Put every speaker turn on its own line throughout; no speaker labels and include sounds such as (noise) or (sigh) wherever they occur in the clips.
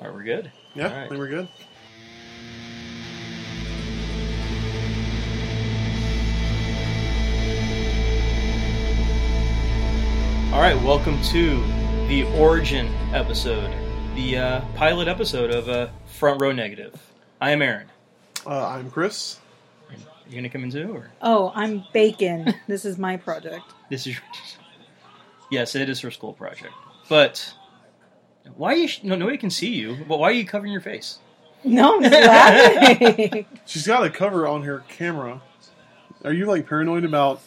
All right, we're good.
Yeah,
All right.
I think we're good.
All right, welcome to the origin episode, the uh, pilot episode of uh, Front Row Negative. I am Aaron.
Uh, I'm Chris.
You gonna come in too, or
Oh, I'm (laughs) bacon. this is my project.
this is? (laughs) yes, it is her school project. But why you? Sh- no, nobody can see you. But why are you covering your face?
(laughs) No, I'm just laughing.
She's got a cover on her camera. Are you like paranoid about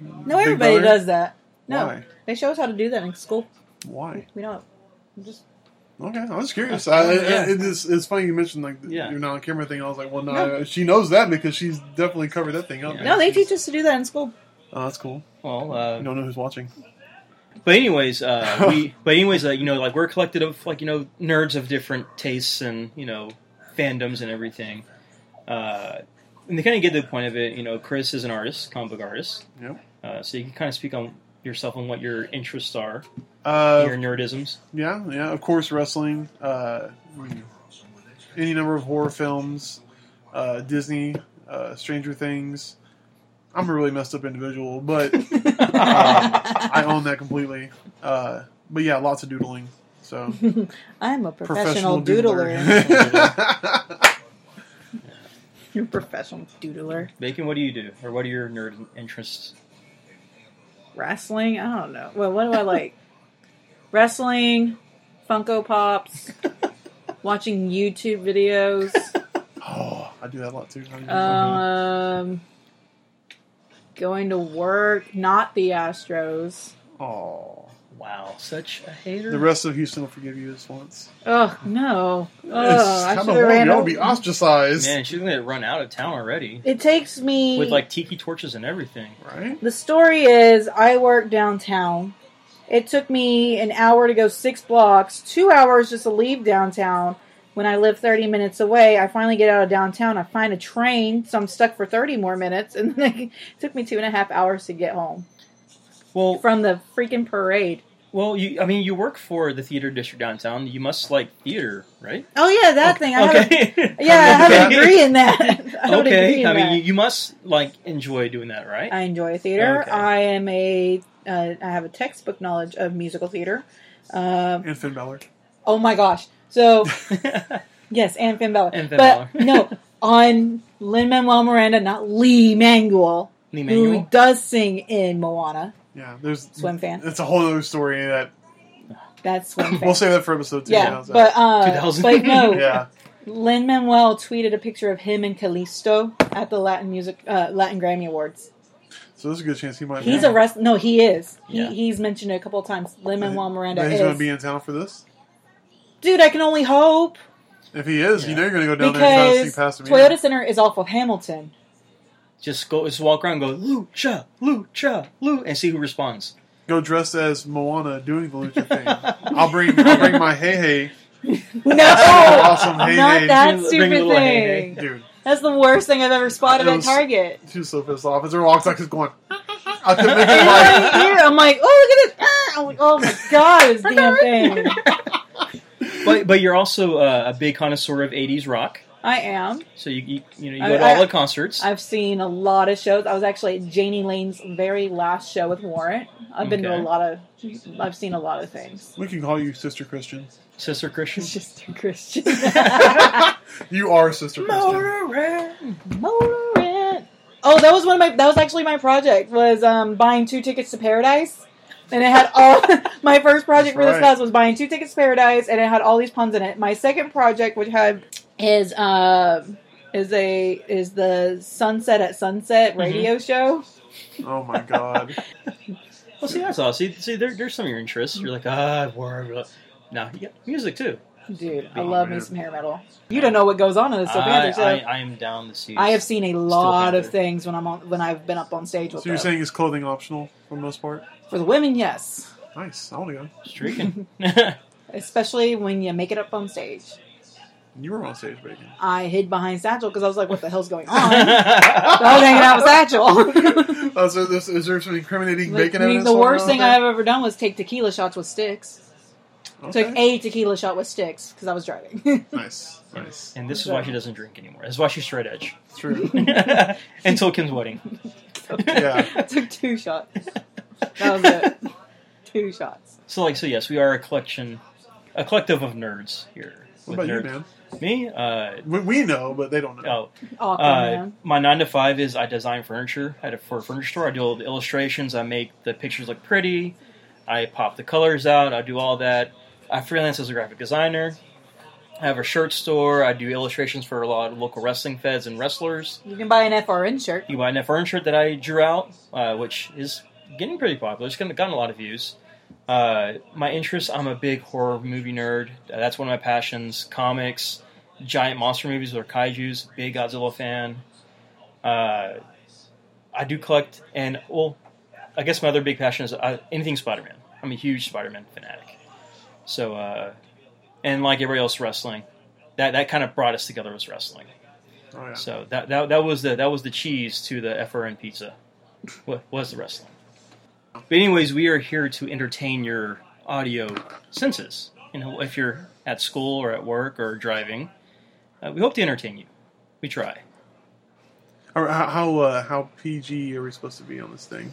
no,
Big
everybody
brother?
does that. No,
Why?
they show us how to do that in school.
why?
We don't. we Just
Okay, I was curious. I, I-
Yeah.
it is, it's funny you mentioned like
Yeah.
your non-camera thing. I was like, well, no,
No.
she knows that because she's definitely covered that thing up.
Yeah.
no, they teach us to do that in (laughs) school.
Oh, that's cool.
Well, uh,
I don't know who's watching.
But anyways,
(laughs)
uh, we but anyways, uh, you know, like we're a collective of like you know nerds of different tastes and you know fandoms and everything. Uh, and they kind of get to the point of it. You know, Chris is an artist, comic book artist.
Yep.
Uh, so you can kind of speak on yourself and what your interests are,
Uh,
your nerdisms.
yeah, yeah. Of course, wrestling. Uh, any number of horror films, uh, Disney, uh, Stranger Things. I'm a really messed up individual, but I own that completely. Uh, but yeah, lots of doodling. So
(laughs) I'm a
professional,
professional, doodler.
doodler.
(laughs)
(laughs)
You're a professional doodler.
Bacon, what do you do, or what are your nerd interests?
Wrestling? I don't know. Well, (laughs) what do I like? Wrestling, Funko (laughs) Pops, watching YouTube videos.
oh, I do that a lot too.
Uh-huh.
Um, going to work, not the Astros.
oh,
Wow, such a hater.
the rest of Houston will forgive you this once.
Oh no! Oh, I
it's
should
kind
have
of warm.
ran
Y'all
over-
be ostracized,
Man, she's gonna run out of town already
It takes me.
with like tiki torches and everything.
right?
the story is, I work downtown. It took me an hour to go six blocks, two hours just to leave downtown. When I live 30 minutes away, I finally get out of downtown. I find a train, so I'm stuck for 30 more minutes, (laughs) and then it took me two and a half hours to get home
Well,
from the freaking parade.
well, you, I mean, you work for the theater district downtown. You must like theater, right?
Oh yeah, that thing.
(laughs)
I have a,
okay.
(laughs) yeah, I have a
Okay.
degree in that. (laughs) I have a
(laughs)
degree
okay.
in
I mean,
that.
you, you must like enjoy doing that, right?
I enjoy theater.
Okay.
I am a. Uh, I have a textbook knowledge of musical theater. Uh,
And Finn Balor.
oh my gosh!
(laughs)
So yes, and Finn Balor.
And Finn
but
Balor. (laughs)
no, on Lin Manuel Miranda, not Lee Manuel,
Lee
who
Manuel.
does sing in Moana.
Yeah, there's
Swim fan.
That's a whole other story that
That's swim fan.
we'll save that for episode two.
yeah,
How's
but
that?
uh,
2000.
but
(laughs)
no,
yeah,
Lin Manuel tweeted a picture of him and Callisto at the Latin music uh, Latin Grammy Awards.
so there's a good chance he might.
He's
be.
a rest. No, he is. He,
Yeah.
He's mentioned it a couple of times. Lin Manuel Miranda
That
is.
he's going to be in town for this.
Dude, I can only hope.
If he is,
Yeah.
you know you're going to go down there and try to
because
see past him.
Toyota Center is off
(laughs)
of Hamilton.
just go, just walk around, and go lucha, lucha, lu, and see who responds.
Go dressed as Moana doing the lucha thing.
(laughs)
I'll bring I'll bring my hey hey.
No,
Awesome hey
not
hey.
that
Bring a
stupid
little
thing.
hey-hey.
Dude,
That's the worst thing I've ever spotted
It
at
was- (laughs)
Target.
she was so pissed off. As her walks out, she's going. I couldn't make
In
it
my
like.
ear, I'm like, oh look at it! Ah! I'm like, oh my god, this damn thing.
(laughs) But but you're also uh, a big connoisseur of '80s rock,
I am.
so you you, you know you
I-
go to
I-
all the concerts.
I've seen a lot of shows. I was actually at Janie Lane's very last show with Warrant. I've been to
Okay.
a lot of. I've seen a lot of things.
We can call you Sister
(laughs)
Christian.
Sister Christian.
It's just
(laughs)
a Christian.
You are Sister Christian.
Motorhead. Oh, that was one of my. That was actually my project. Was um, buying two tickets to Paradise, and it had all. (laughs) my first
That's
project for this
right.
class was buying two tickets to Paradise, and it had all these puns in it. My second project, which had is um is a is the Sunset at
Mm-hmm.
Sunset radio show.
Oh my
(laughs)
god.
Well, see that's awesome. See, see there, there's some of your interests. You're like ah, blah, blah. now you got music too.
Dude, I
Oh,
love
man.
me some hair metal. You don't know what goes on in this
I,
Panther show.
I, I am down to see.
I have seen a lot of
Panther.
things when I'm on when I've been up on stage
So
with
you're
them.
saying is clothing optional for the most part?
For the women, yes.
Nice. I want to go.
(laughs)
streaking. (laughs)
Especially when you make it up on stage.
You were on stage,
(laughs)
Bacon.
I hid behind Satchel because I was like, what the hell's going on?
Oh,
(laughs) so I was hanging out with
(laughs)
Satchel. (laughs)
Uh, so this, is there some incriminating
Like,
bacon
I mean,
evidence?
the
going
worst
on
thing
out
I've ever done was take tequila shots with sticks.
there?
Took a tequila shot with sticks because I was driving. (laughs)
nice, nice,
And this is why she doesn't drink anymore. This is why she's straight
(laughs)
edge.
true.
Until Kim's wedding.
Yeah.
(laughs)
Took two shots. That was it. two shots.
So like so yes, we are a collection a collective of nerds here.
What
With
about you,
nerd-
man?
Me? Uh
We, we know, but they don't know.
oh,
Awkward,
uh,
man.
my nine to five is I design furniture at a, for a furniture store. I do all the illustrations. I make the pictures look pretty. I pop the colors out. I do all that. I freelance as a graphic designer. I have a shirt store. I do illustrations for a lot of local wrestling feds and wrestlers.
You can buy an FRN shirt.
You buy an FRN shirt that I drew out, uh, which is getting pretty popular. It's gotten gotten a lot of views. Uh, my interest, I'm a big horror movie nerd. Uh, That's one of my passions. Comics, giant monster movies or kaijus, big Godzilla fan. Uh, I do collect, and well, I guess my other big passion is uh, anything Spider Man. I'm a huge Spider Man fanatic. So, uh, and like everybody else, wrestling. That, that kind of brought us together was wrestling.
Oh, yeah.
So that, that that was the that was the cheese to the FRN pizza. What was the wrestling? But anyways, we are here to entertain your audio senses. You know, if you're at school or at work or driving, uh, we hope to entertain you. We try.
Or How how, uh, how PG are we supposed to be on this thing?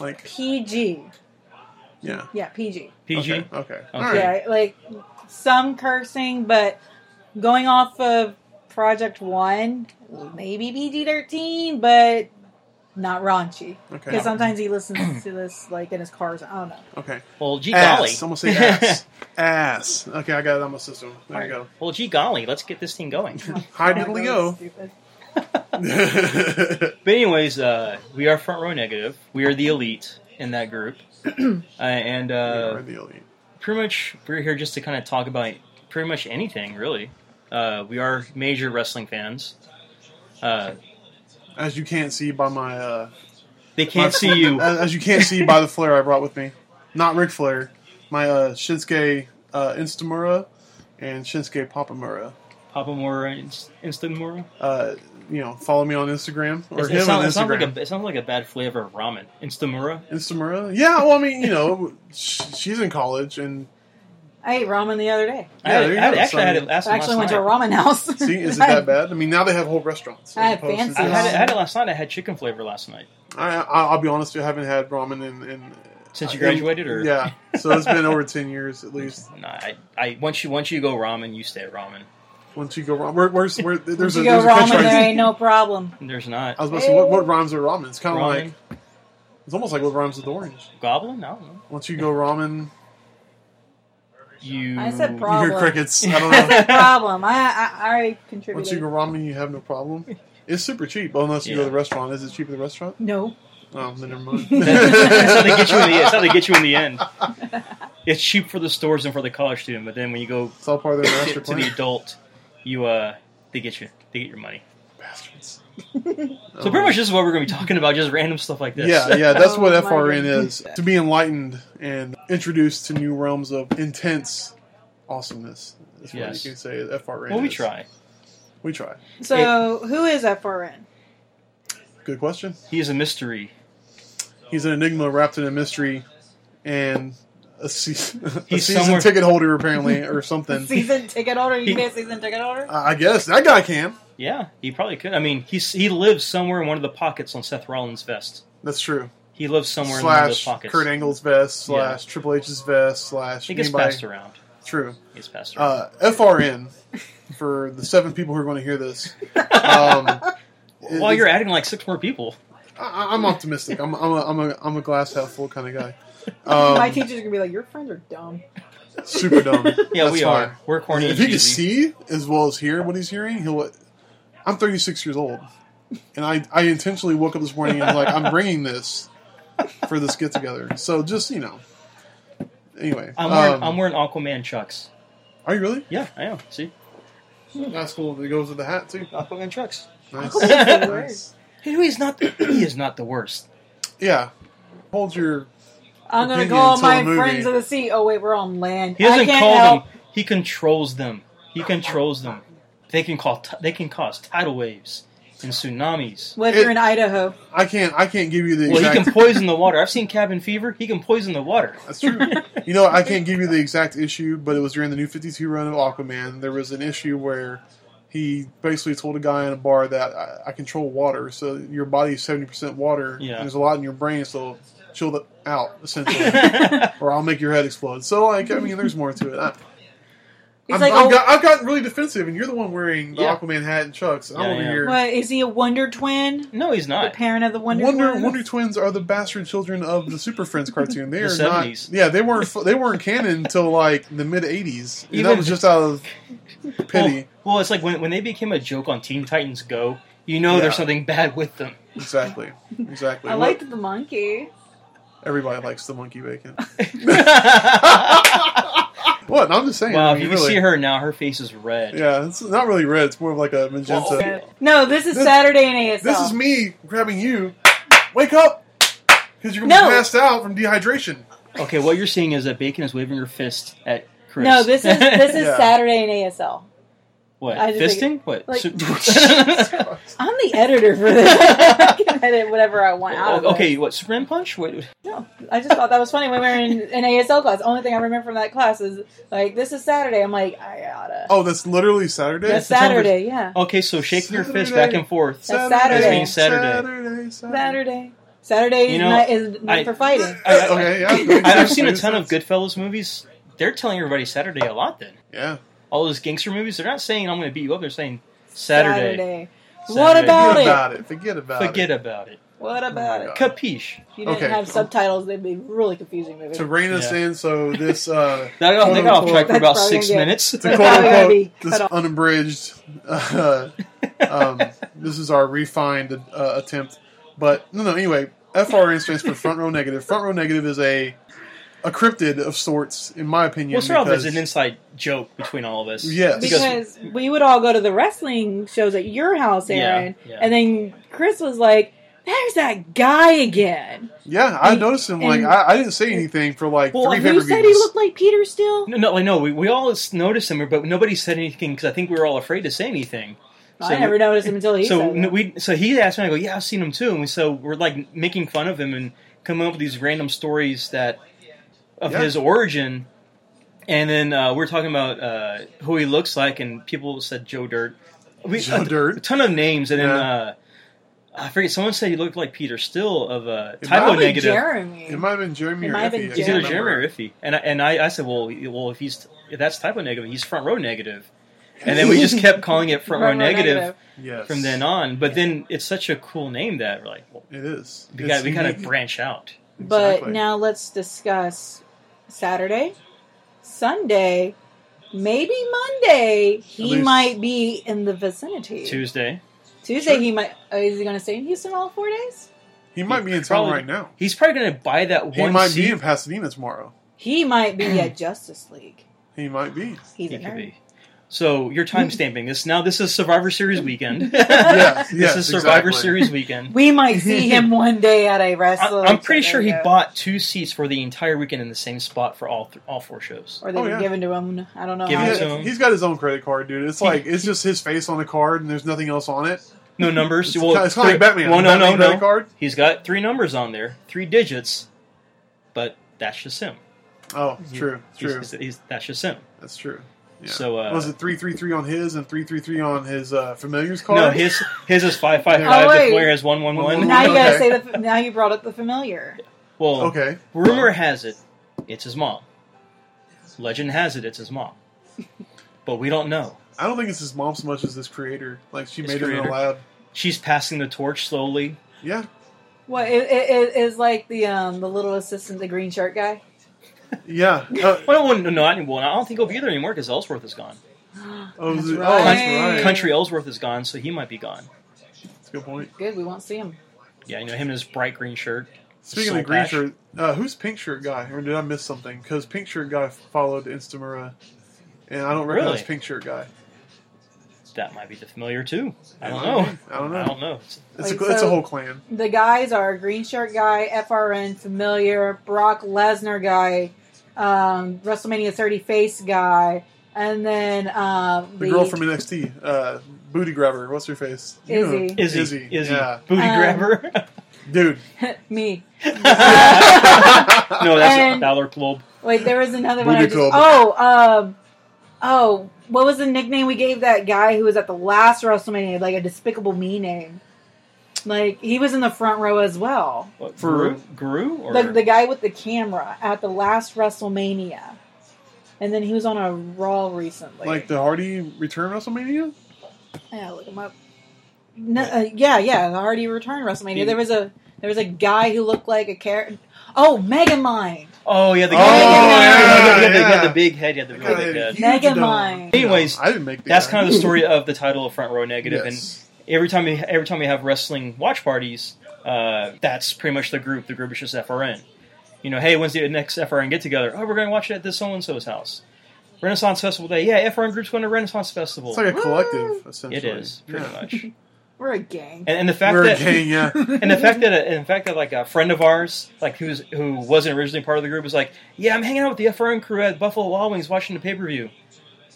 Like,
PG.
yeah.
Yeah, PG.
PG.
Okay. okay. All right.
Yeah, like some cursing, but going off of Project One, maybe PG thirteen, but not raunchy.
Okay.
Because sometimes he listens to this like in his cars. I don't know.
Okay.
Well, gee golly.
Ass. I'm gonna
(laughs)
say ass. ass. Okay, I got it on my system. There you go.
Well, gee golly. Let's get this thing going.
(laughs) Hi,
That
diddly
was
go.
stupid.
(laughs)
But anyways, uh, we are front row negative. We are the elite in that group, (clears throat) uh, and uh,
We're the elite.
pretty much we're here just to kind of talk about pretty much anything really uh, we are major wrestling fans uh,
As you can't see by my, uh,
they can't
my-
see you
(laughs) As, as you can't see by the flare I brought with me, not Ric Flair, my uh, Shinsuke uh, Instamura and Shinsuke Papamura.
papa mora Inst- instamura
Uh, you know, follow me on Instagram or
It's-
him
it, sounds,
on
it, sounds
Instagram.
like a, it sounds like a bad flavor of ramen instamura
Instamura. Yeah. Well, I mean, you know, sh- she's in college, and
I ate ramen the other day.
I,
Yeah,
had,
there you
I had-
go.
actually I had it
So-
last
I actually
last
went to a
night.
ramen
(laughs)
house.
see, is it
(laughs)
that bad? I mean, now they have whole restaurants.
I
as
had
opposed to
fancy
I
this.
had, it, I had it last night. I had chicken flavor last night
I, I, I'll be honest, with you, I haven't had ramen in, in uh,
since you
in-
graduated. Or
yeah, so it's been over ten years at
(laughs)
least.
Nah, I, I once you once you go ramen, you stay at ramen.
Once you go wrong, where, where's where? There's
you
a,
go
there's a
ramen,
catchphrase.
there ain't
(laughs)
no problem.
There's not
I was about to say, what, what rhymes with ramen? It's kind of
ramen
like it's almost like what rhymes with orange.
goblin. I don't know.
Once you go ramen,
You
I said
you hear
Problem.
crickets. I don't
That's (laughs)
know. (laughs)
a problem. I I, I already
Once you
contributed.
go ramen, you have no problem. It's super cheap, unless you go to the restaurant. Is it cheap at the restaurant?
no,
Oh, then never mind.
(laughs) That's how they get you in the. That's how they get you in the end. It's cheap for the stores and for the college student, but then when you go
(laughs) It's all part (laughs) of their
to,
master
to the
plan.
adult, you uh, they get you, they get your money.
(laughs) Bastards.
So pretty much this is what we're going to be talking about, just random stuff like this.
Oh. Yeah, yeah, that's
(laughs) Oh
what
my
FRN
goodness.
is. To be enlightened and introduced to new realms of intense awesomeness. That's what
Yes.
you can say
(laughs)
FRN.
Well, we
is.
try.
We try.
so who is FRN?
Good question.
He is a mystery.
He's an enigma wrapped in a mystery and a, se- (laughs) a
He's
season
somewhere-
ticket holder, apparently, or
(laughs)
something. (laughs)
Season ticket holder? You can be a season ticket holder?
I I guess that guy can.
Yeah, he probably could. I mean, he's he lives somewhere in one of the pockets on Seth Rollins' vest.
That's true.
He lives somewhere in one of those
slash
pockets.
Kurt Angle's vest,
Yeah.
slash Triple H's vest, slash
he gets
anybody.
passed around.
True.
He gets passed around.
Uh, FRN for the seven people who are going to hear this. Um,
(laughs) While
it-
you're adding like six more people,
I, I'm optimistic. I'm, I'm, a, I'm, a, I'm a glass half full kind of
My
guy. Um,
teachers are gonna be like, "Your friends are
(laughs)
dumb."
super dumb.
(laughs) yeah,
That's
we
fine.
are. We're corny.
(laughs) If
and
he could
cheesy.
see as well as hear what he's hearing, he'll. I'm 36 years old, and I, I intentionally woke up this morning and like I'm bringing this for this get together. So just you know. Anyway,
I'm wearing,
um,
I'm wearing Aquaman chucks.
are you really?
Yeah, I am. See,
That's cool. It goes with the hat too.
Aquaman chucks.
(laughs)
Nice.
That's the
nice.
He is not. (clears throat) he is not the worst.
Yeah. Hold your.
I'm gonna
Opinion
call
until
my
the movie.
friends of the sea. Oh wait, we're on land.
He doesn't
I can't
call
help.
them. He controls them. He controls them. They can call. T- they can cause tidal waves. and tsunamis.
Whether in Idaho,
I can't. I can't give you the
Well,
exact.
he can poison the water. I've seen cabin fever. He can poison the water.
(laughs)
(laughs)
That's true. you know, I can't give you the exact issue, but it was during the New Fifty Two run of Aquaman. There was an issue where he basically told a guy in a bar that I, I control water, so your body is seventy percent water.
Yeah.
and there's a lot in your brain, so chill the out
(laughs)
essentially,
yeah,
or I'll make your head explode. So, like, I mean, there's more to it. I,
he's
I'm,
like,
I've,
oh,
got, I've gotten really defensive, and you're the one wearing the
Yeah.
Aquaman hat and chucks. and I'm
Yeah,
over
yeah.
here.
what is he a Wonder Twin?
no, he's
The
not.
parent of the Wonder,
Wonder Wonder,
Twin?
Twins are the bastard children of the Super Friends cartoon. They
The
are
70s.
not. Yeah, they weren't. fu- They weren't canon until like the mid '80s, and that
Even-
was just out
(laughs)
of pity.
Well, well, it's like when, when they became a joke on Teen Titans Go, you know
Yeah.
there's something bad with
(laughs)
them. (laughs)
Exactly. Exactly.
I liked the monkey.
Everybody likes the monkey bacon.
wow,
what? I'm just saying. I
if
mean,
you can
really.
see her now, her face is red.
Yeah, it's not really red. It's more of like a magenta.
No, this is
This-
Saturday in ASL.
This is me grabbing you. Wake up, because you're
No.
gonna be passed out from dehydration.
(laughs) Okay, what you're seeing is that Bacon is waving her fist at Chris.
No, this is this is
(laughs)
Yeah.
Saturday in ASL.
what
I just
fisting?
think-
what?
(laughs) like-
Su- (laughs)
I'm the editor for (laughs) this. I can edit whatever I want out. Of
Oh, okay,
it.
what Superman punch? What?
No, I just thought that was funny when we were in an ASL class. Only thing I remember from that class is like this is Saturday. I'm like I oughta.
Oh, that's literally Saturday.
that's
September-
Saturday, yeah.
Okay, so shaking your fist
Saturday.
back and forth.
Saturday.
It's being Saturday.
Saturday. Saturday.
Saturday. Saturday
You know,
night is night
I-
for fighting.
(laughs) I- I-
okay, yeah.
I, (laughs) I've seen a ton of Goodfellas movies. They're telling everybody Saturday a lot. Then
Yeah.
all those gangster movies, they're not saying I'm going to beat you up. They're saying Saturday.
What
Saturday.
about
Forget
it?
about it. Forget about
Forget about it.
What
Oh
about
my
it?
God.
Capiche?
If you didn't
Okay.
have subtitles, they'd be really confusing
it.
movies.
To rein us
Yeah.
in, so this
(laughs)
uh,
That got, that got off track for
That's
about
probably
six
good.
minutes.
to quote
Probably
(laughs)
gonna be
unquote
cut
this
off.
unabridged. Uh,
(laughs)
um, this is our refined uh, attempt, but no, no. Anyway, FRN stands for front row negative. Front row negative is a a cryptid of sorts, in my opinion.
What's wrong?
because-
There's an inside joke between all of us.
Yes.
because we would all go to the wrestling shows at your house,
Yeah,
Aaron.
yeah.
And then Chris was like, "There's that guy again."
yeah, I
And-
noticed him. Like
and-
I, I didn't say anything for like
Well,
three
who
pay per
said he looked like Peter Still?
No, no, like, no we, we all noticed him, but nobody said anything because I think we were all afraid to say anything.
I never noticed him until he
So
said
no,
it.
we, so he asked me. I go, yeah, I've seen him too. And so we're like making fun of him and coming up with these random stories that of
Yeah.
his origin. And then uh, we're talking about uh, who he looks like, and people said Joe Dirt. We,
Joe
a,
Dirt.
a ton of names, and then
Yeah.
uh, I forget. Someone said he looked like Peter Still of uh,
It
Typo
Probably
Negative.
Jeremy.
It might have been Jeremy.
It
or
might have
Effie,
been
I
He's
can't
either
Yeah.
Jeremy
remember.
or Iffy, and I, and I, I said, well, well, if he's if that's typo negative, he's front row negative, and then we
(laughs)
just kept calling it front, row, negative,
Yes.
from then on. But then it's such a cool name that we're like, well,
It is.
we
It's
got we kind of
unique.
branch out.
But
Exactly.
now let's discuss Saturday, Sunday, maybe Monday. He
least-
might be in the vicinity.
Tuesday,
Tuesday,
Sure.
he might. Uh, is he going to stay in Houston all four days?
He might be in town
Probably-
right now.
he's probably going to buy that
He
one
might
seat.
be in Pasadena tomorrow.
He might be
(clears throat)
at Justice League.
He might be.
He's
He
a
could
nerd.
be. So you're time stamping this now. This is Survivor Series weekend.
Yes, yes,
this is Survivor
exactly.
Series
(laughs)
weekend.
We might
(laughs)
see him one day at a wrestling.
I, am pretty sure he
show.
bought two seats for the entire weekend in the same spot for all th- all four shows.
Or they
Oh,
were
yeah.
given to him. I don't know.
Given
how
to
it-
him.
He's got his own credit card, dude. It's like it's just his face on the card, and there's nothing else on it.
No numbers.
It's,
well,
kind, it's kind of
three-
like Batman.
Well, no,
Batman
no,
credit
no.
card.
He's got three numbers on there, three digits, but that's just him.
Oh, true,
He's-
true.
he's- he's- that's just him.
That's true. Yeah.
So uh,
was it three three three on his and three three three on his uh, familiars card?
no, his his is five five
Oh,
five.
wait.
The player has one one one.
(laughs) Now you gotta
Okay.
say the. Now you brought up the familiar.
Well,
Okay.
rumor has it, it's his mom. Legend has it, it's his mom. But we don't know.
I don't think it's his mom so much as his creator. Like she
His
made it
creator.
allowed.
She's passing the torch slowly.
Yeah,
What it, it, it is like the um the little assistant, the green shirt guy.
yeah. Uh,
Well, no, no, not anymore. I don't think he'll be there anymore because Ellsworth is gone.
oh,
That's
is it- oh,
right.
that's
Country-
right.
Country Ellsworth is gone, so he might be gone.
That's a good point.
Good, we won't see him.
Yeah, you know him in his bright green shirt.
Speaking
Soul
of green
Patch.
shirt, uh, who's pink shirt guy? Or did I miss something? Because pink shirt guy followed Instamura, and I don't recognize
Really?
pink shirt guy.
That might be the familiar too. I don't know.
I don't
I
know.
don't know.
It's,
Like,
a, it's a
so-
whole clan.
The guys are green shirt guy, FRN familiar, Brock Lesnar guy, um, WrestleMania 30 face guy, And then uh,
The girl from NXT, uh, booty grabber. What's her face? You know-
Izzy.
Izzy,
Izzy,
Izzy,
yeah.
booty
Um, (laughs)
grabber. (laughs)
dude. (laughs)
me.
no, that's
And-
Dollar Club.
Wait, there was another one. I
Booty
just,
club.
oh, um, oh, what was the nickname we gave that guy who was at the last WrestleMania? Like a despicable me name. Like he was in the front row as well.
What,
For-
Gru? Gru? Or
The, the guy with the camera at the last WrestleMania, and then he was on a Raw recently.
like the Hardy return WrestleMania.
yeah, look him up. No, uh, yeah, yeah, the Hardy Return WrestleMania. There was a there was a guy who looked like a character. Oh, Megamind,
oh yeah, the guy.
Oh,
yeah,
yeah,
he had the- he had the
yeah.
big head. He had the
That guy
really big
had a
head.
huge dome.
Megamind.
Anyways,
I didn't make the
That's
guy.
kind of the story of the title of Front Row Negative, and
Yes.
every time we every time we have wrestling watch parties, uh, that's pretty much the group. The group is just FRN. You know, hey, when's the next FRN get together? Oh, we're going to watch it at this so and so's house. Renaissance Festival Day. Yeah, FRN group's going to Renaissance Festival.
It's like a
Woo!
collective, essentially.
it is pretty
Yeah.
much, and,
We're a gang.
and the fact
We're
that
a gang, yeah.
and the fact that and the fact that like a friend of ours, like who's who wasn't originally part of the group, was like, yeah, I'm hanging out with the FRN crew at Buffalo Wild Wings watching the pay per view.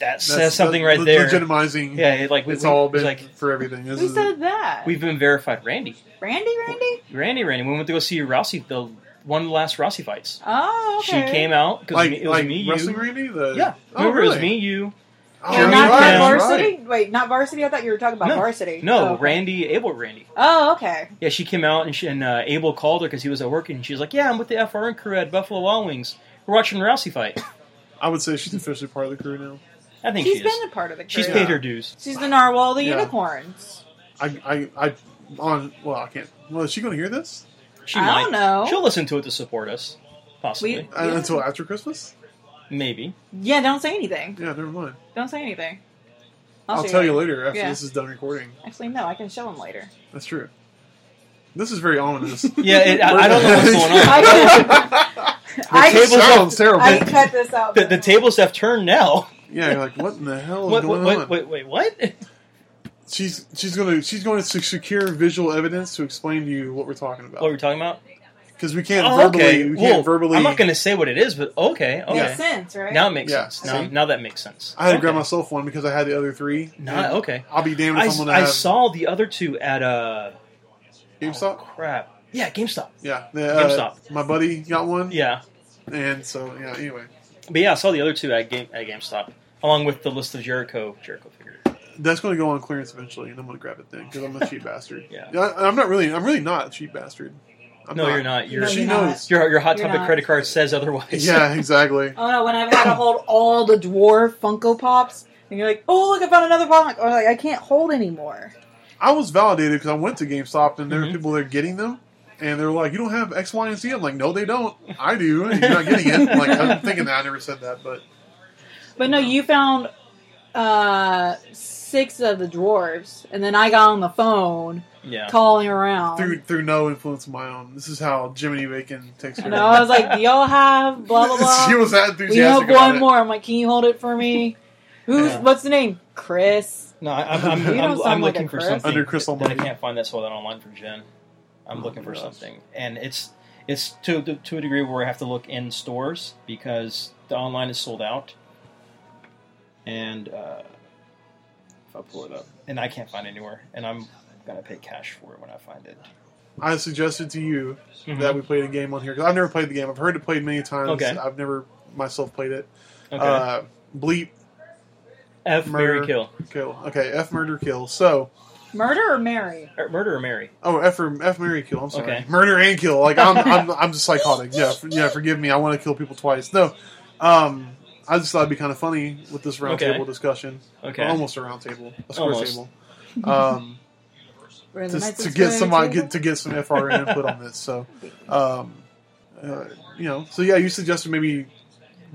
That (laughs) says
That's
something
le-
right
le-
there.
Legitimizing.
Yeah, it, like we,
it's
we-
all
it's
been
like
for everything. This
(laughs) Who
is a,
said that?
We've been verified. Randy,
Randy, Randy.
Randy, Randy. We went to go see Rousey, the one of the last Rousey fights.
Oh, okay.
She came out because
like,
it was
like
me,
Wrestling
you.
Randy? The,
Yeah,
Oh,
remember
really?
it was me, you.
Oh,
You're
Jeremy
you're
not
right,
Brown.
you're
from
right.
varsity? Wait, not varsity? I thought you were talking about
No.
varsity.
No,
oh, okay.
Randy, Abel, Randy.
Oh, okay.
Yeah, she came out and she and uh, Abel called her because he was at work and she was like, "Yeah, I'm with the FRN crew at Buffalo Wild Wings. We're watching the Rousey fight.
I would say she's officially part of the crew now.
I think
She's
she is.
been a part of the crew.
She's
Yeah.
paid her dues.
She's the narwhal of the
Yeah.
unicorns.
I, I, I, on. Well, I can't. Well, is she going to hear this
She
I
might.
don't know.
She'll listen to it to support us, possibly,
Uh,
Yeah.
until after Christmas?
(laughs)
maybe.
Yeah, don't say anything.
Yeah, never mind.
Don't say anything.
I'll,
say
tell you
later.
later after
Yeah.
this is done recording.
Actually, no, I can show him later.
That's true. This is very ominous.
(laughs) Yeah, it, I, I don't know what's going on.
(laughs) I can, I,
table's
can,
sounds
(laughs)
terrible.
I can cut this out.
The, the tables have turned now.
yeah, you're like, what in the hell is
What,
going
what, what,
on?
wait, wait, what? (laughs)
She's she's gonna she's going to secure visual evidence to explain to you what we're talking
What were we
about
talking about?
because we can't
Oh,
verbally
okay.
we can't
Well,
verbally.
I'm not going to say what it is, but okay, okay.
Makes sense, right?
Now it makes
Yeah,
sense. Now,
see?
now that makes sense.
I had to
Okay.
grab myself one because I had the other three.
Nah,
And
okay.
I'll be damned
I,
if I,
s-
am gonna
I
have
saw the other two at uh
GameStop.
Oh, crap. Yeah, GameStop.
Yeah, the, uh,
GameStop.
My buddy got one.
Yeah,
and so yeah. Anyway,
but yeah, I saw the other two at game at GameStop along with the list of Jericho Jericho figures.
that's going to go on clearance eventually, and I'm going to grab it then because I'm a
(laughs)
cheap bastard.
Yeah.
I, am not really. I'm really not a cheap bastard. I'm
No, you're not. You're,
No,
she
you're not.
knows.
your your hot
You're
topic
not.
credit card says otherwise.
(laughs) Yeah, exactly.
Oh no, when I've had to hold all the dwarf Funko Pops, and you're like, oh, look, I found another Funko. Or like, I can't hold anymore.
I was validated because I went to GameStop and there were
Mhm.
people that are getting them, and they're like, "You don't have X, Y, and Z." I'm like, "No, they don't. I do. And you're not getting it." like I'm thinking that I never said that, but
But no, you found uh, six of the dwarves, and then I got on the phone
(laughs) yeah.
calling around.
through through no influence of my own. This is how Jiminy Bacon
(laughs)
takes care.
and I was like, do y'all have
(laughs)
blah blah
she
blah?
was that
We have
enthusiastic about
one
it.
more. I'm like, can you hold it
(laughs)
for me? Who's
Yeah.
what's the name? Chris.
No, I,
(laughs)
I'm I'm,
You don't
I'm,
sound
I'm
like
looking
a
for
Chris.
something
Under crystal
that I
money.
can't find. That's why that online for Jen. I'm
Oh
looking
my
for
gosh.
something, and it's it's to to a degree where I have to look in stores because the online is sold out, and uh, if I pull it up, and I can't find anywhere, and I'm gonna pay cash for it when I find it.
I suggested to you that we played a game on here because I've never played the game. I've heard it played many times.
Okay.
I've never myself played it.
okay.
Uh, bleep
F
murder.
Mary kill
kill. Okay, F murder kill. So.
Murder or Mary?
Or Er, murder or Mary.
Oh, F for F Mary kill. I'm sorry,
Okay.
murder and kill. Like
(laughs)
I'm, I'm, I'm just psychotic. Yeah, for, yeah. Forgive me. I want to kill people twice. No, um, I just thought it'd be kind of funny with this roundtable
Okay.
discussion.
Okay.
almost a roundtable, a square
Almost.
table. Um,
Where the
to,
Knights
to
of
get
Square
somebody
Table?
get, to get some FRN input on this.
(laughs)
So, um, uh, you know, so yeah, you suggested maybe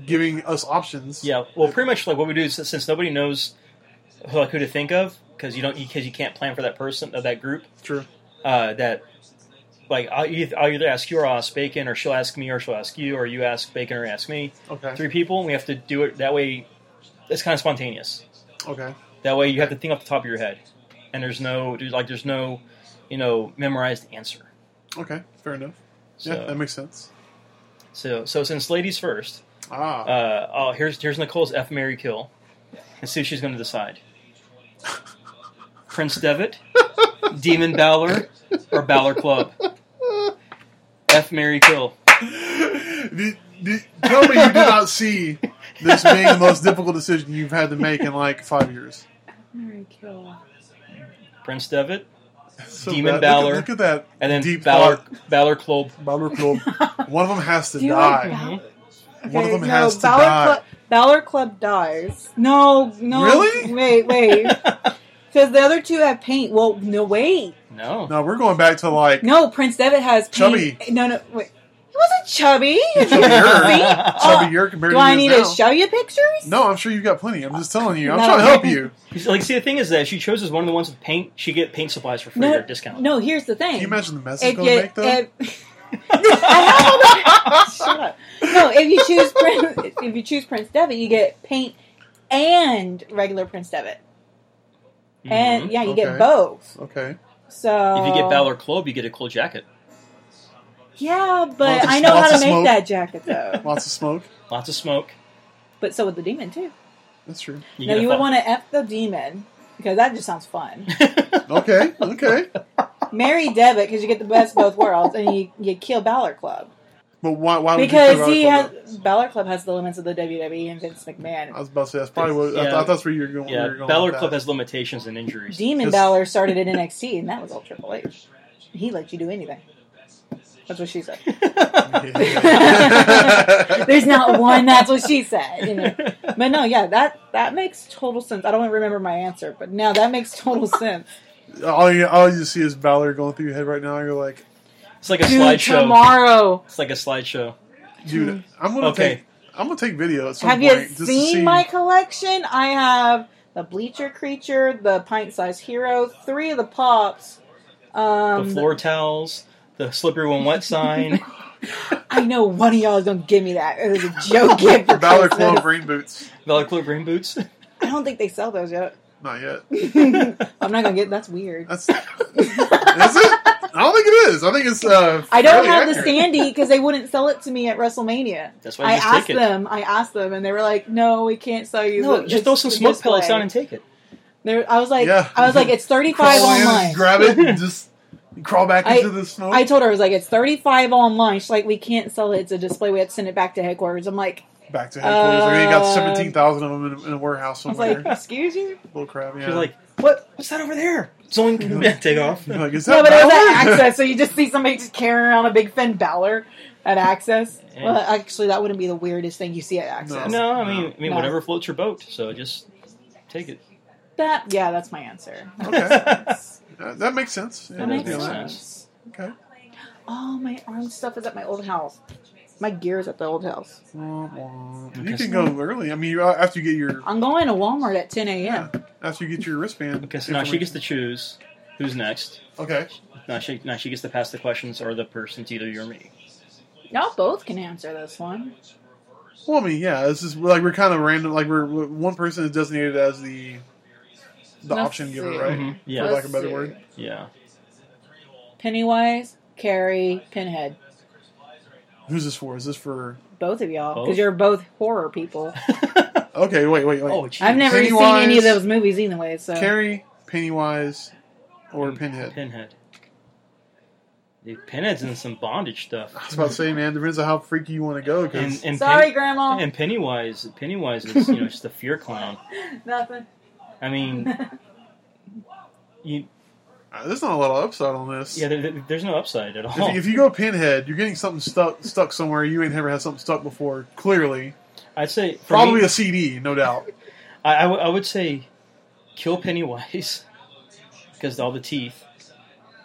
giving us options.
Yeah. Well, pretty much like what we do is that since nobody knows who, like who to think of because you don't because you can't plan for that person of that group.
true.
uh, that like I'll either, I'll either ask you or I'll ask Bacon, or she'll ask me or she'll ask you, or you ask Bacon or ask me.
Okay,
Three people, and we have to do it that way. It's kind of spontaneous.
okay.
That way, you have to think off the top of your head, and there's no there's like there's no you know memorized answer.
Okay, fair enough.
So
Yeah, that makes sense.
so, so since ladies first,
Ah, (laughs)
uh, oh here's here's Nicole's F Mary kill. and Sushi's going to decide. Prince Devitt, Demon Balor, or Balor Club. F Mary Kill.
Did- did- tell me you did not see this being the most difficult decision you've had to make in like five years. (laughs)
Mary Kill.
Prince Devitt,
So
Demon
bad. Look
Balor.
at- Look, at that.
and then
Deep
Balor
thought.
Balor
(laughs)
Club.
Balor Club. One of them has to
Do you
die.
like Balor?
One of them has to
Balor
die.
Club, Balor Club dies. No, no.
Really? (laughs)
Wait, wait. Because the other two have paint. Well, no, wait.
No.
no, we're going back to like
No, Prince Devitt has paint.
Chubby.
No, no, wait. He wasn't chubby. Did you
Chubbier.
see?
Chubby
Oh,
Year compared
(laughs) do
to
I
you
need
now.
to show you pictures?
No, I'm sure you've got plenty. I'm just telling you. I'm
No.
trying to help you.
Because, Like, see, the thing is that if she chooses one of the ones with paint, she get paint supplies for free or (laughs)
No,
discount.
no, (laughs) here's the thing.
Can you imagine the mess it's
if
going to make
you,
though?
if, (laughs) I have all the- Shut up. No, if you choose Prince, if you choose Prince Devitt, you get paint and regular Prince Devitt,
Mhm.
and uh, yeah, you
Okay.
get both.
okay.
So
Mm-hmm. if you get Balor Club, you get a cool jacket.
yeah, but
Lots of-
I know how
lots
to
of
make
smoke.
that jacket
(laughs)
though.
Lots of smoke.
Lots of smoke.
but so would the demon too.
That's true.
You
no,
get a
you would
fuck-
want to f the demon because that just sounds fun.
Okay. Okay.
Marry Devitt because you get the best of both worlds, and you you kill Balor Club.
But why? Why would you
Because
put
he
Balor
has
Club up?
Balor Club has the limits of the WWE and Vince McMahon.
I was about to say that's probably what I,
Yeah.
thought that's where you're
(laughs)
going.
yeah,
where you're going
Balor
with
Club
that.
has limitations and injuries.
Demon
Just-
Balor started in (laughs) NXT, and that was all Triple H. He let you do anything. That's what she said. There's not one. That's what she said. you know. But no, yeah, that that makes total sense. I don't even remember my answer, but now that makes total sense.
(laughs) all you all you see is Balor going through your head right now. You're like,
it's like a
Dude,
slideshow.
tomorrow.
It's like a slideshow.
dude, I'm gonna
Okay.
take I'm gonna take video at some
Hmm. Have
point
you
just to
seen
see.
my collection? I have the Bleacher Creature, the Pint Size Hero, three of the pops. Um,
the floor towels, the slippery when wet
(laughs)
sign.
I know one of y'all is gonna give me that. It was a
(laughs)
joke gift for
Balor
Christmas.
Club rain boots.
Valor Club rain boots.
I don't think they sell those yet. (laughs)
Not yet.
I'm not gonna get. That's weird.
That's (laughs) is it? I don't think it is. I think it's. Uh,
I don't
fairly
have the
accurate.
Sandy because they wouldn't sell it to me at WrestleMania.
That's why you
I
just
asked
take it.
them. I asked them, and they were like, "No, we can't sell you."
(laughs) No,
the-
just throw
this-
some
this
smoke pellets
way."
down and take it.
There- I was like,
Yeah.
I was like, it's
Crawl (laughs)
thirty-five
in and
online.
grab it
(laughs)
and just crawl back
I-
into the smoke.
I told her I was like, it's thirty-five online. She's like, we can't sell it. It's a display. We have to send it back to headquarters. I'm like,
back to headquarters. we got
Uh,
seventeen thousand of them in, in a warehouse
I was
somewhere.
like, excuse you.
Little crap. Yeah.
She's like, "What? What's that over there?" Zoink. Yeah, (laughs) take off.
(laughs) You're
(laughs)
like, is
No,
that
but it was at
Balor?
Access, so you just see somebody just carrying around a big Finn Balor at Access.
Yeah.
Well, actually, that wouldn't be the weirdest thing you see at Access.
No, I mean, I mean,
No.
whatever floats your boat. So just take it.
That, yeah, that's my answer.
(laughs)
okay. Uh, (laughs) that makes sense. Yeah,
That
Yeah,
makes
yeah,
that-
sense.
Okay.
Oh, my arm stuff is at my old house. My gear's at the old house.
You can go early. I mean, you- after you get your
I'm going to Walmart at 10 a.m.
after you get your wristband.
Because now she gets to choose who's next.
Okay.
Now she now she gets to pass the questions or the person to either you or me.
Y'all both can answer this one.
Well, I mean, yeah, this is like we're kind of random. Like we're one person is designated as the the
Let's
option giver,
see.
right?
Mhm.
For
Yeah,
lack of a better
Let's
word.
see.
yeah.
Pennywise, Carrie, Pinhead.
Who's this for? Is this for?
Both of y'all.
Both?
Because you're both horror people.
Okay, wait,
(laughs)
wait, wait.
oh, geez.
I've never
Pennywise,
seen any of those movies either way, so.
Carrie, Pennywise, or
Mm.
Pinhead.
Pinhead. Dude, Pinhead's in some bondage stuff.
I was about to say, man, depends on how freaky you want to go.
And,
Because
and
Sorry,
Pen-
Grandma.
and Pennywise, Pennywise is you know just a fear clown.
Nothing.
I mean,
(laughs)
you,
there's not a lot of upside on this.
yeah, there, there- there's no upside at all.
If, if you go Pinhead, you're getting something stuck stuck somewhere you ain't never had something stuck before. Clearly,
I'd say for
probably
me,
a CD, no doubt.
(laughs) I, I, w- I would say kill Pennywise (laughs) because all the teeth.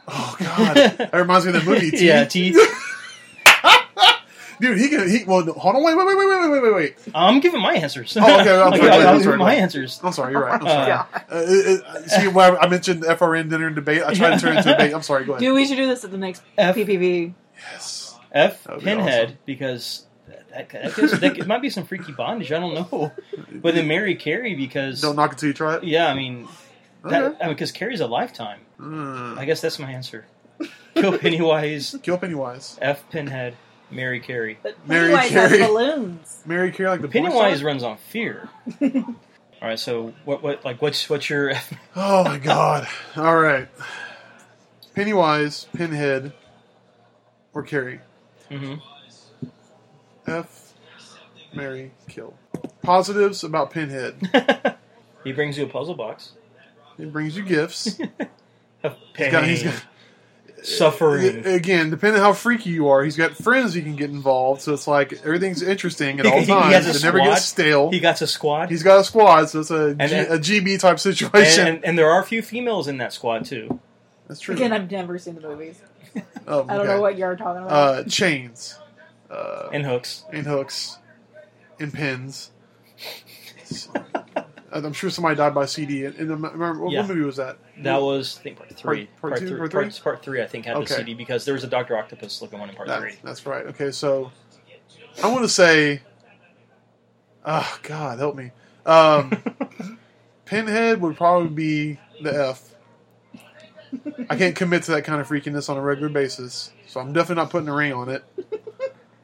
Oh god, that reminds me of that movie.
(laughs)
Teeth.
yeah, teeth.
dude, he can. He well, no, hold on, wait, wait, wait, wait, wait, wait, wait, wait.
I'm giving my answers.
Oh, okay,
(laughs)
I'm
Like,
sorry,
I-
I'm
I'm
sorry.
giving my answers.
I'm sorry, you're right. I'm
Uh, (laughs)
sorry. Uh, it, it, see, when I I mentioned the FRN dinner and debate, I tried to turn it into a debate. I'm sorry. Go
(laughs)
ahead.
Dude, we should do this at the next
F-
PPV.
Yes.
F
That would be
Pinhead
awesome.
because that, that, gives, that it might be some freaky bondage. I don't know. (laughs) But then Mary Carey because
Don't knock it till you try it.
yeah, I mean that
Okay.
I mean because Carey's a lifetime.
Mm.
I guess that's my answer. (laughs) Kill Pennywise,
Kill Pennywise.
F Pinhead, Mary Carey.
But
Mary
Pennywise has
Carey.
balloons.
Mary Carey, like the porn (laughs)
Pennywise
star?
runs on fear. All right, so what what like what's what's your
Oh my god. All right. Pennywise, Pinhead, or Carrie.
Mhm.
F. Mary, kill. Positives about Pinhead.
Mm-hmm. (laughs) he brings you a puzzle box.
It brings you gifts.
Of
He's
pain,
got- he's got-
suffering.
again, depending on how freaky you are, he's got friends he can get involved, so it's like everything's interesting at all
(laughs) He- he
times.
has a
It never gets
squad.
stale.
He got a squad,
He's got a squad, so it's a, G-
then-
a GB type
and,
situation.
and, and there are a few females in that squad too.
That's true.
Again, I've never seen the movies.
Oh,
I don't
okay.
know what you're talking about.
Uh, chains. Uh,
And hooks.
and hooks and pins. I'm sure somebody died by CD. And, and I'm- remember, what,
Yeah.
what movie was that?
That was I think part three,
Part- part two,
three,
part
part,
three?
part three. I think had
Okay.
the CD because there was a Doctor Octopus looking one in part
That-
three.
That's right. Okay, so I want to say, oh God, help me. Um,
(laughs)
Pinhead would probably be the F. I can't commit to that kind of freakiness on a regular basis, so I'm definitely not putting a ring on it.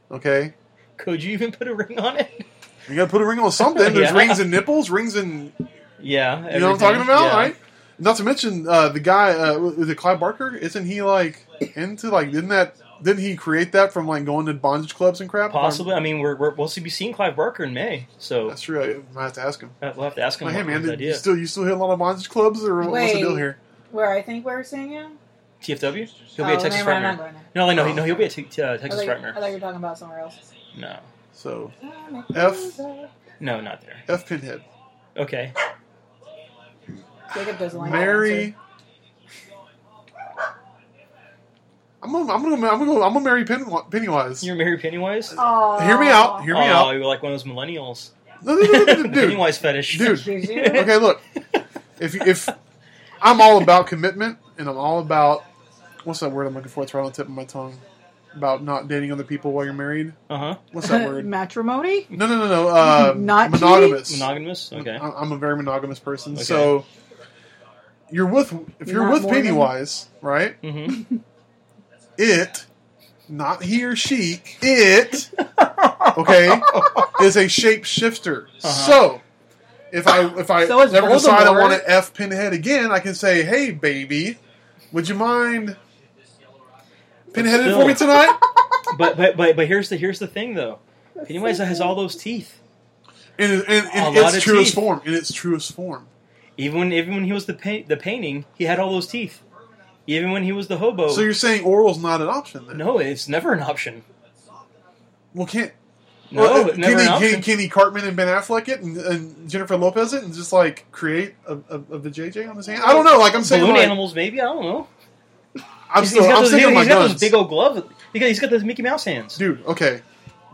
Okay,
Could you even put a ring on it?
you got to put a ring on something.
(laughs)
There's
Yeah.
rings and nipples, rings and
Yeah, (laughs)
You know what I'm talking
everything.
about,
Yeah.
right? Not to mention uh, the guy uh, was it Clive Barker? Isn't he like into like didn't that didn't he create that from like going to bondage clubs and crap?
Possibly. I mean, we're, we're we'll see, be seeing Clive Barker in May, so
That's true. I might have to ask him.
uh, we'll have to ask him.
Like, hey
what
man,
his
did you
idea.
still you still hit a lot of bondage clubs or what's the
Wait.
deal here?
Where I think we're seeing you.
TFW? He'll be a
Oh,
Texas
never mind, I'm
Frightmare.
not going there.
No, I know. he- No, he'll be a t- t- uh, Texas
Oh. I thought, you, I
Frightmare.
thought you were talking about somewhere else.
No,
So F.
no, not there.
F Pinhead,
Okay,
Jacob doesn't like that
Mary.
answer.
I'm gonna, I'm gonna I'm gonna go, I'm gonna marry Pen, Pennywise.
you're Mary Pennywise.
Aw.
Hear me out. Hear me
oh,
out.
you're like one of those millennials.
No, no, no, no, no, no, (laughs)
(laughs)
dude.
Pennywise fetish.
Dude.
Excuse you.
okay, look. If if I'm all about commitment and I'm all about what's that word I'm looking for? It's right on the tip of my tongue. About not dating other people while you're married.
Uh huh.
What's
(laughs)
that word?
Matrimony?
No, no, no, no. Uh,
(laughs) Not cheating?
monogamous.
Monogamous. Okay.
I'm I'm a very monogamous person,
Okay.
so you're with if you're
Not
with
more than-
Pennywise, right?
Mm-hmm.
It, not he or she. It, okay, is a shapeshifter. So if I if I
So is
ever decide I
Voldemort.
want to f Pinhead again, I can say, "Hey, baby, would you mind pinheading
Still.
for me tonight?"
but but but but here's the here's the thing though. Pennywise has all those teeth.
In, in, in
A lot
its
of teeth.
truest form, in its truest form.
Even when even when he was the paint the painting, he had all those teeth. Even when he was the hobo.
So you're saying oral's not an option then?
Oh. no, it's never an option.
Well, can't
No,
Well,
never
uh,
an
can, he,
option.
can, can he Cartman and Ben Affleck it and, and Jennifer Lopez it and just like create a, a, a vajayjay on his hand? I don't know. Like I'm saying,
Balloon
like,
animals, maybe I don't know.
I'm
He's-
still,
he's got
I'm
those,
sticking with
he's
my
got those
guns,
big old gloves. Because he's got those Mickey Mouse hands.
dude. Okay,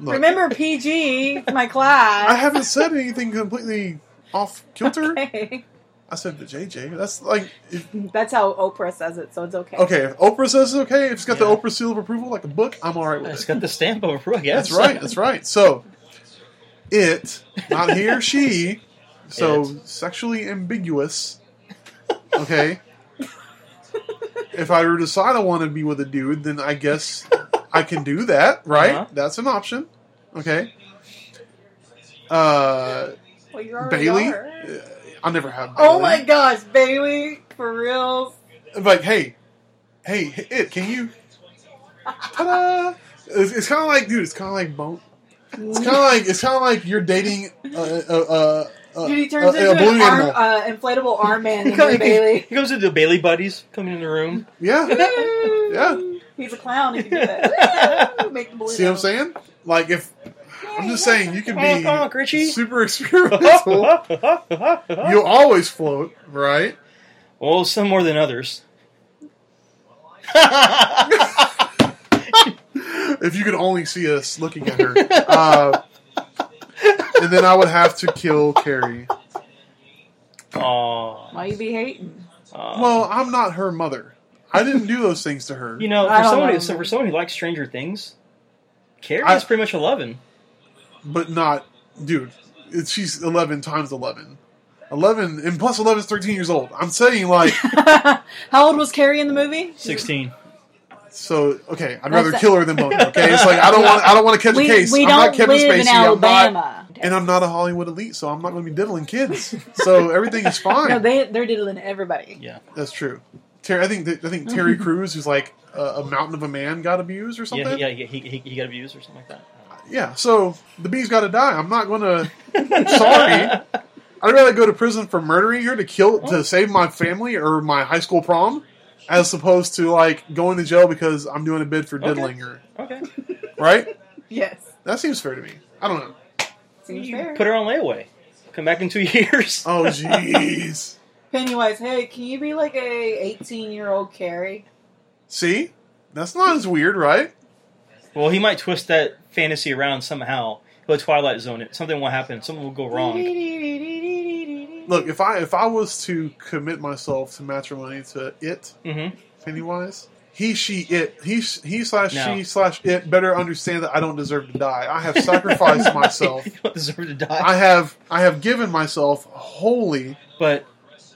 Look,
Remember PG, my
I
class.
haven't said anything completely off (laughs) kilter.
Okay.
I said vajayjay. That's like if,
(laughs) That's how Oprah says it, so it's okay.
okay. If Oprah says it's okay, if it's got the
Yeah.
Oprah seal of approval, like a book, I'm all right with
It's
it.
Uh, got the stamp of approval. I guess.
That's right. That's right. So it, not he or she, so sexually ambiguous. Okay. if I were to decide I want to be with a dude, then I guess I can do that, right?
Uh-huh.
That's an option. Okay. Uh,
Well, you already
Bailey.
are.
Uh, I'll never have.
Oh
Bailey.
my gosh, Bailey, for real.
I'm like, hey, hey, h- it, can you? Ta-da! It's, it's kind of like, dude. It's kind of like bone. It's kind of like it's kind of like you're dating a a, a, a,
Dude, he
a,
turns
a,
into
a balloon
an arm,
animal.
uh, inflatable
(laughs)
arm man.
He
in your
comes, (laughs) he,
Bailey.
he comes into Bailey buddies coming in the room.
(laughs)
yeah. Yeah.
He's a clown if you do
(laughs)
that. Woo! Make the balloon
See what I'm
out.
saying? Like if I'm just saying, you can
Honk, honk,
be
Richie. (laughs)
super experimental. You'll always float, right?
well, some more than
(laughs)
others.
If you could only see us looking at her. Uh, and then I would have to kill Carrie.
Aw.
Why you be hating? (laughs)
Aw.
Well, I'm not her mother. I didn't do those things to her.
you know,
I
for
don't
someone,
know.
so for someone who likes Stranger Things, Carrie
I-
is pretty much eleven.
but not dude it's, she's 11 times 11 11 and plus 11 is 13 years old i'm saying
(laughs)
like
How old was Carrie in the movie?
Sixteen.
so okay i'd rather
That's-
kill her than Mona. okay it's like i don't want i don't want to catch a
We,
case
we
i'm not
don't
kevin
live
spacey
in
i'm not
Alabama. fantastic.
And I'm not a Hollywood elite, so I'm not going to be diddling kids. so everything is fine.
(laughs) no, they they're diddling everybody.
That's true. Ter- I think that- I think
Mm-hmm.
Terry Crews, who's like a, a mountain of a man, got abused or
Yeah,
something.
he, yeah, he, he, he got abused or something like that. I don't know.
Yeah, so the bee's got to die. I'm not gonna. (laughs) Sorry, I'd rather go to prison for murdering her to kill
Oh.
to save my family or my high school prom, as opposed to like going to jail because I'm doing a bid for
Okay.
diddling her.
Okay.
Right?
Yes.
That seems fair to me. I don't know.
Seems
You
fair.
Put her on layaway. Come back in two (laughs) years.
Oh jeez.
Pennywise, hey, can you be like a 18 year old Carrie?
See, that's not as weird, right?
Well, he might twist that fantasy around somehow. He'll Twilight Zone it. Something will happen. Something will go wrong.
Look,
Look, if I if I was to commit myself to matrimony to it,
Mm-hmm.
Pennywise. He, she, it. He, sh- he slash
No.
she slash it. Better understand that I don't deserve to die. I
(laughs)
have sacrificed myself.
you don't deserve to die.
I have, I have given myself wholly.
but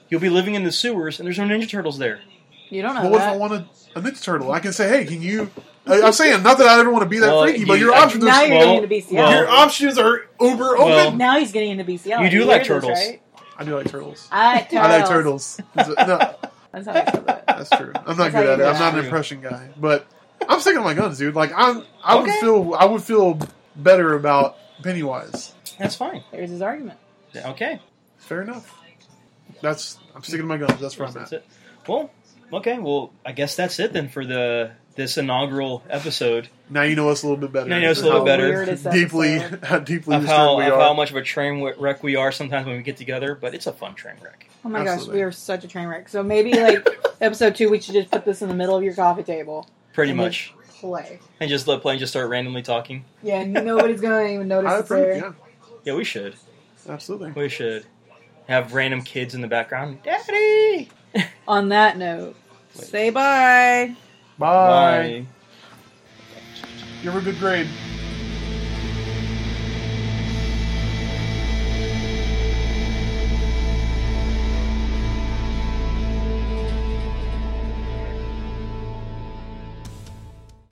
you'll be living in the sewers, and there's no Ninja Turtles there.
you don't know
But what if I
that.
want a, a Ninja Turtle? I can say, hey, can you? I, I'm saying not that I ever want to be that
Well,
freaky, but
you-
your
I-
options,
now
are,
you're
Well,
getting into BCL.
well-
your options are uber
Well-
open.
now he's getting into BCL.
You do
hear
like
this,
turtles.
right?
I do like turtles.
I like
(laughs)
turtles.
I like turtles. Is it- no,
That's how I feel about it.
that's true. I'm not
That's how
good at
you
it.
do
I'm not
it.
an impression guy, but I'm sticking to my guns, dude. Like I'm, I would
Okay.
feel, I would feel better about Pennywise.
That's fine.
There's his argument.
Okay.
Fair enough. That's I'm sticking to my guns. That's where I'm
That's
at.
it. Well, okay. Well, I guess that's it then for the this inaugural episode
Now you know us a little bit better.
Now you know us a
How
little bit better.
Weirdest episode.
Deeply, (laughs) how deeply
of
disturbed
how,
we
of
are.
how much of a train wreck we are sometimes when we get together. But it's a fun train
(laughs)
wreck.
Oh my gosh,
Absolutely.
we are such a train wreck. So maybe (laughs) like episode two, we should just put this in the middle of your coffee table.
Pretty
and
much.
just Play.
And just let play and just start randomly talking.
Yeah, nobody's going to even
(laughs)
notice
I
it's there.
approve. Yeah,
Yeah, we should.
absolutely.
We should have random kids in the background. Daddy!
On that note,
Wait.
say bye.
Bye. Give her a good grade.